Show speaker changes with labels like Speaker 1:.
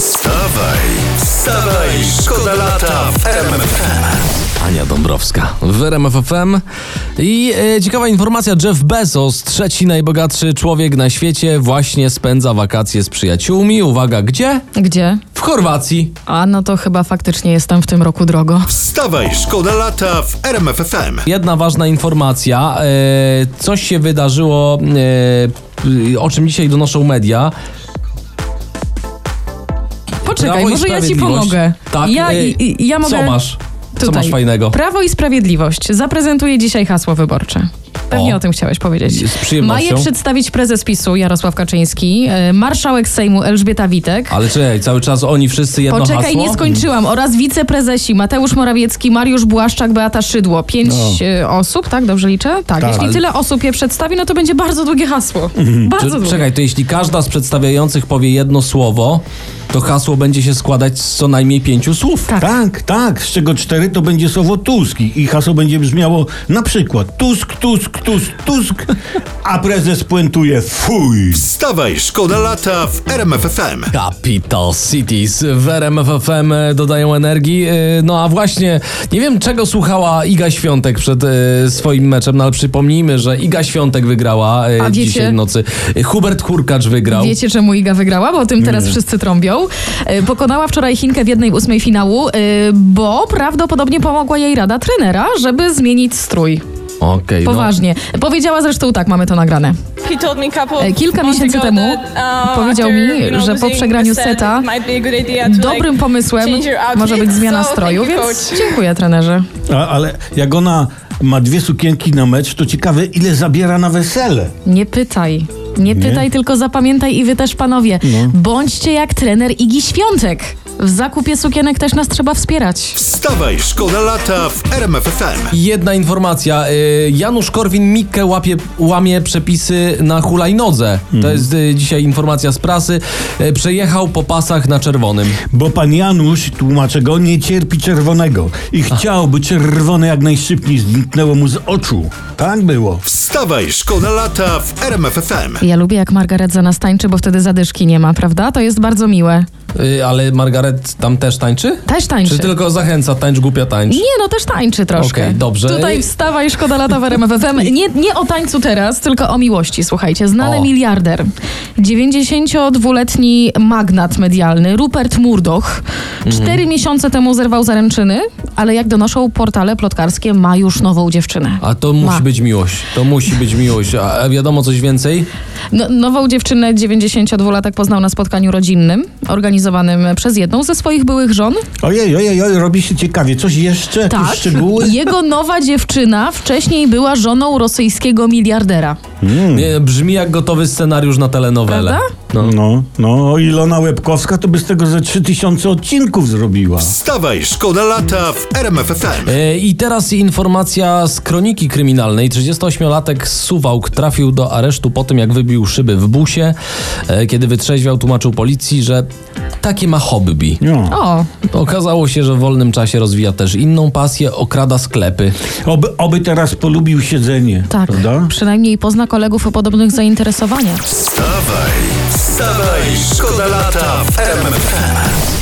Speaker 1: Wstawaj, wstawaj, szkoda lata w RMFFM.
Speaker 2: Ania Dąbrowska w RMF FM. I e, ciekawa informacja, Jeff Bezos, trzeci najbogatszy człowiek na świecie, właśnie spędza wakacje z przyjaciółmi. Uwaga, gdzie?
Speaker 3: Gdzie?
Speaker 2: W Chorwacji.
Speaker 3: A no to chyba faktycznie jestem w tym roku drogo.
Speaker 1: Wstawaj, szkoda lata w RMFFM.
Speaker 2: Jedna ważna informacja, e, coś się wydarzyło, e, o czym dzisiaj donoszą media.
Speaker 3: Poczekaj,
Speaker 2: Prawo i
Speaker 3: może ja ci
Speaker 2: Sprawiedliwość.
Speaker 3: pomogę.
Speaker 2: Tak,
Speaker 3: ja,
Speaker 2: e,
Speaker 3: i- i- ja mogę.
Speaker 2: Co masz? No. Co
Speaker 3: Tutaj.
Speaker 2: masz fajnego?
Speaker 3: Prawo i Sprawiedliwość zaprezentuje dzisiaj hasło wyborcze. Pewnie
Speaker 2: O.
Speaker 3: o, tym chciałeś powiedzieć.
Speaker 2: Z przyjemnością.
Speaker 3: Ma je przedstawić prezes PiSu Jarosław Kaczyński, e, marszałek Sejmu Elżbieta Witek.
Speaker 2: Ale czekaj, cały czas oni wszyscy jedno
Speaker 3: Poczekaj,
Speaker 2: hasło?
Speaker 3: nie skończyłam. Oraz wiceprezesi Mateusz Morawiecki, Mariusz Błaszczak, Beata Szydło. Pięć
Speaker 2: No.
Speaker 3: e, osób, tak? Dobrze liczę? Tak. Jeśli tyle osób je przedstawi, no to będzie bardzo długie hasło. Bardzo
Speaker 2: Mhm. Czy,
Speaker 3: długie.
Speaker 2: czekaj, to jeśli każda z przedstawiających powie jedno słowo, to hasło będzie się składać z co najmniej pięciu słów.
Speaker 3: Tak.
Speaker 4: Tak, tak, z czego cztery to będzie słowo Tusk i i hasło będzie brzmiało na przykład Tusk, Tusk, Tusk, Tusk, a prezes puentuje fuj.
Speaker 1: Wstawaj, szkoda lata w RMFFM.
Speaker 2: Capital Cities w RMF FM e, dodają energii. Yy, No a właśnie, nie wiem czego słuchała Iga Świątek przed yy, swoim meczem, no ale przypomnijmy, że Iga Świątek wygrała yy,
Speaker 3: A wiecie-
Speaker 2: dzisiaj w nocy. Yy, Hubert Hurkacz wygrał.
Speaker 3: Wiecie, czemu Iga wygrała, bo o tym teraz wszyscy trąbią. E, Pokonała wczoraj Chinkę w jednej ósmej finału, e, bo prawdopodobnie pomogła jej rada trenera, żeby zmienić strój.
Speaker 2: Okej, no.
Speaker 3: Poważnie. Powiedziała zresztą tak, mamy to nagrane.
Speaker 5: He told me couple
Speaker 3: E,
Speaker 5: of
Speaker 3: kilka
Speaker 5: months
Speaker 3: miesięcy
Speaker 5: ago
Speaker 3: temu
Speaker 5: that, uh,
Speaker 3: powiedział
Speaker 5: after,
Speaker 3: mi,
Speaker 5: you know,
Speaker 3: że po
Speaker 5: losing
Speaker 3: przegraniu
Speaker 5: the set,
Speaker 3: seta
Speaker 5: it might be a good idea to, like,
Speaker 3: Dobrym pomysłem
Speaker 5: change your outfit.
Speaker 3: może być zmiana
Speaker 5: So, thank
Speaker 3: stroju,
Speaker 5: you,
Speaker 3: więc
Speaker 5: coach.
Speaker 3: dziękuję trenerze.
Speaker 4: A, ale jak ona ma dwie sukienki na mecz, to ciekawe ile zabiera na wesele.
Speaker 3: Nie pytaj. Nie pytaj, tylko zapamiętaj i wy też panowie.
Speaker 2: No.
Speaker 3: Bądźcie jak trener Igi Świątek. W zakupie sukienek też nas trzeba wspierać.
Speaker 1: Wstawaj, szkoda lata w RMFFM.
Speaker 2: Jedna informacja. y, Janusz Korwin-Mikke łapie, łamie przepisy na hulajnodze. To jest y, dzisiaj informacja z prasy. Y, Przejechał po pasach na czerwonym.
Speaker 4: Bo pan Janusz, tłumaczę go, nie cierpi czerwonego i chciałby czerwone jak najszybciej zniknęło mu z oczu. Tak było.
Speaker 1: Wstawaj, szkoda lata w RMFFM.
Speaker 3: Ja lubię, jak Margaret za nas tańczy, bo wtedy zadyszki nie ma, prawda? To jest bardzo miłe.
Speaker 2: Y, Ale Margaret tam też tańczy?
Speaker 3: Też tańczy.
Speaker 2: Czy tylko zachęca, tańcz głupia tańcz?
Speaker 3: Nie, no też tańczy troszkę.
Speaker 2: Okej, dobrze.
Speaker 3: Tutaj wstawaj, szkoda lata w RMF FM. Nie, nie o tańcu teraz, tylko o miłości, słuchajcie. Znany
Speaker 2: O.
Speaker 3: miliarder, 92-letni magnat medialny Rupert Murdoch,
Speaker 2: Mhm.
Speaker 3: cztery miesiące temu zerwał zaręczyny, ale jak donoszą portale plotkarskie, ma już nową dziewczynę.
Speaker 2: A to musi
Speaker 3: Ma.
Speaker 2: być miłość. To musi być miłość. A a wiadomo coś więcej?
Speaker 3: No, nową dziewczynę 92-latek poznał na spotkaniu rodzinnym, organizowanym przez jedną ze swoich byłych żon.
Speaker 4: Ojej, ojej, ojej, robi się ciekawie. Coś jeszcze? Jakieś
Speaker 3: Tak.
Speaker 4: szczegóły?
Speaker 3: Jego nowa dziewczyna wcześniej była żoną rosyjskiego miliardera.
Speaker 2: Nie, brzmi jak gotowy scenariusz na telenowelę.
Speaker 3: Prawda?
Speaker 4: No, no, Ilona Łebkowska to by z tego ze 3000 odcinków zrobiła.
Speaker 1: Wstawaj, szkoda lata w RMFFM.
Speaker 2: E, I teraz informacja z kroniki kryminalnej. 38-latek z Suwałk trafił do aresztu po tym, jak wybił szyby w busie. E, Kiedy wytrzeźwiał, tłumaczył policji, że takie ma hobby.
Speaker 4: No.
Speaker 3: O,
Speaker 2: Okazało się, że w wolnym czasie rozwija też inną pasję, okrada sklepy.
Speaker 4: Oby, oby teraz polubił siedzenie.
Speaker 3: tak.
Speaker 4: Prawda?
Speaker 3: Przynajmniej pozna kolegów o podobnych zainteresowaniach.
Speaker 1: Wstawaj, wstawaj, szkoda lata w RMFFM.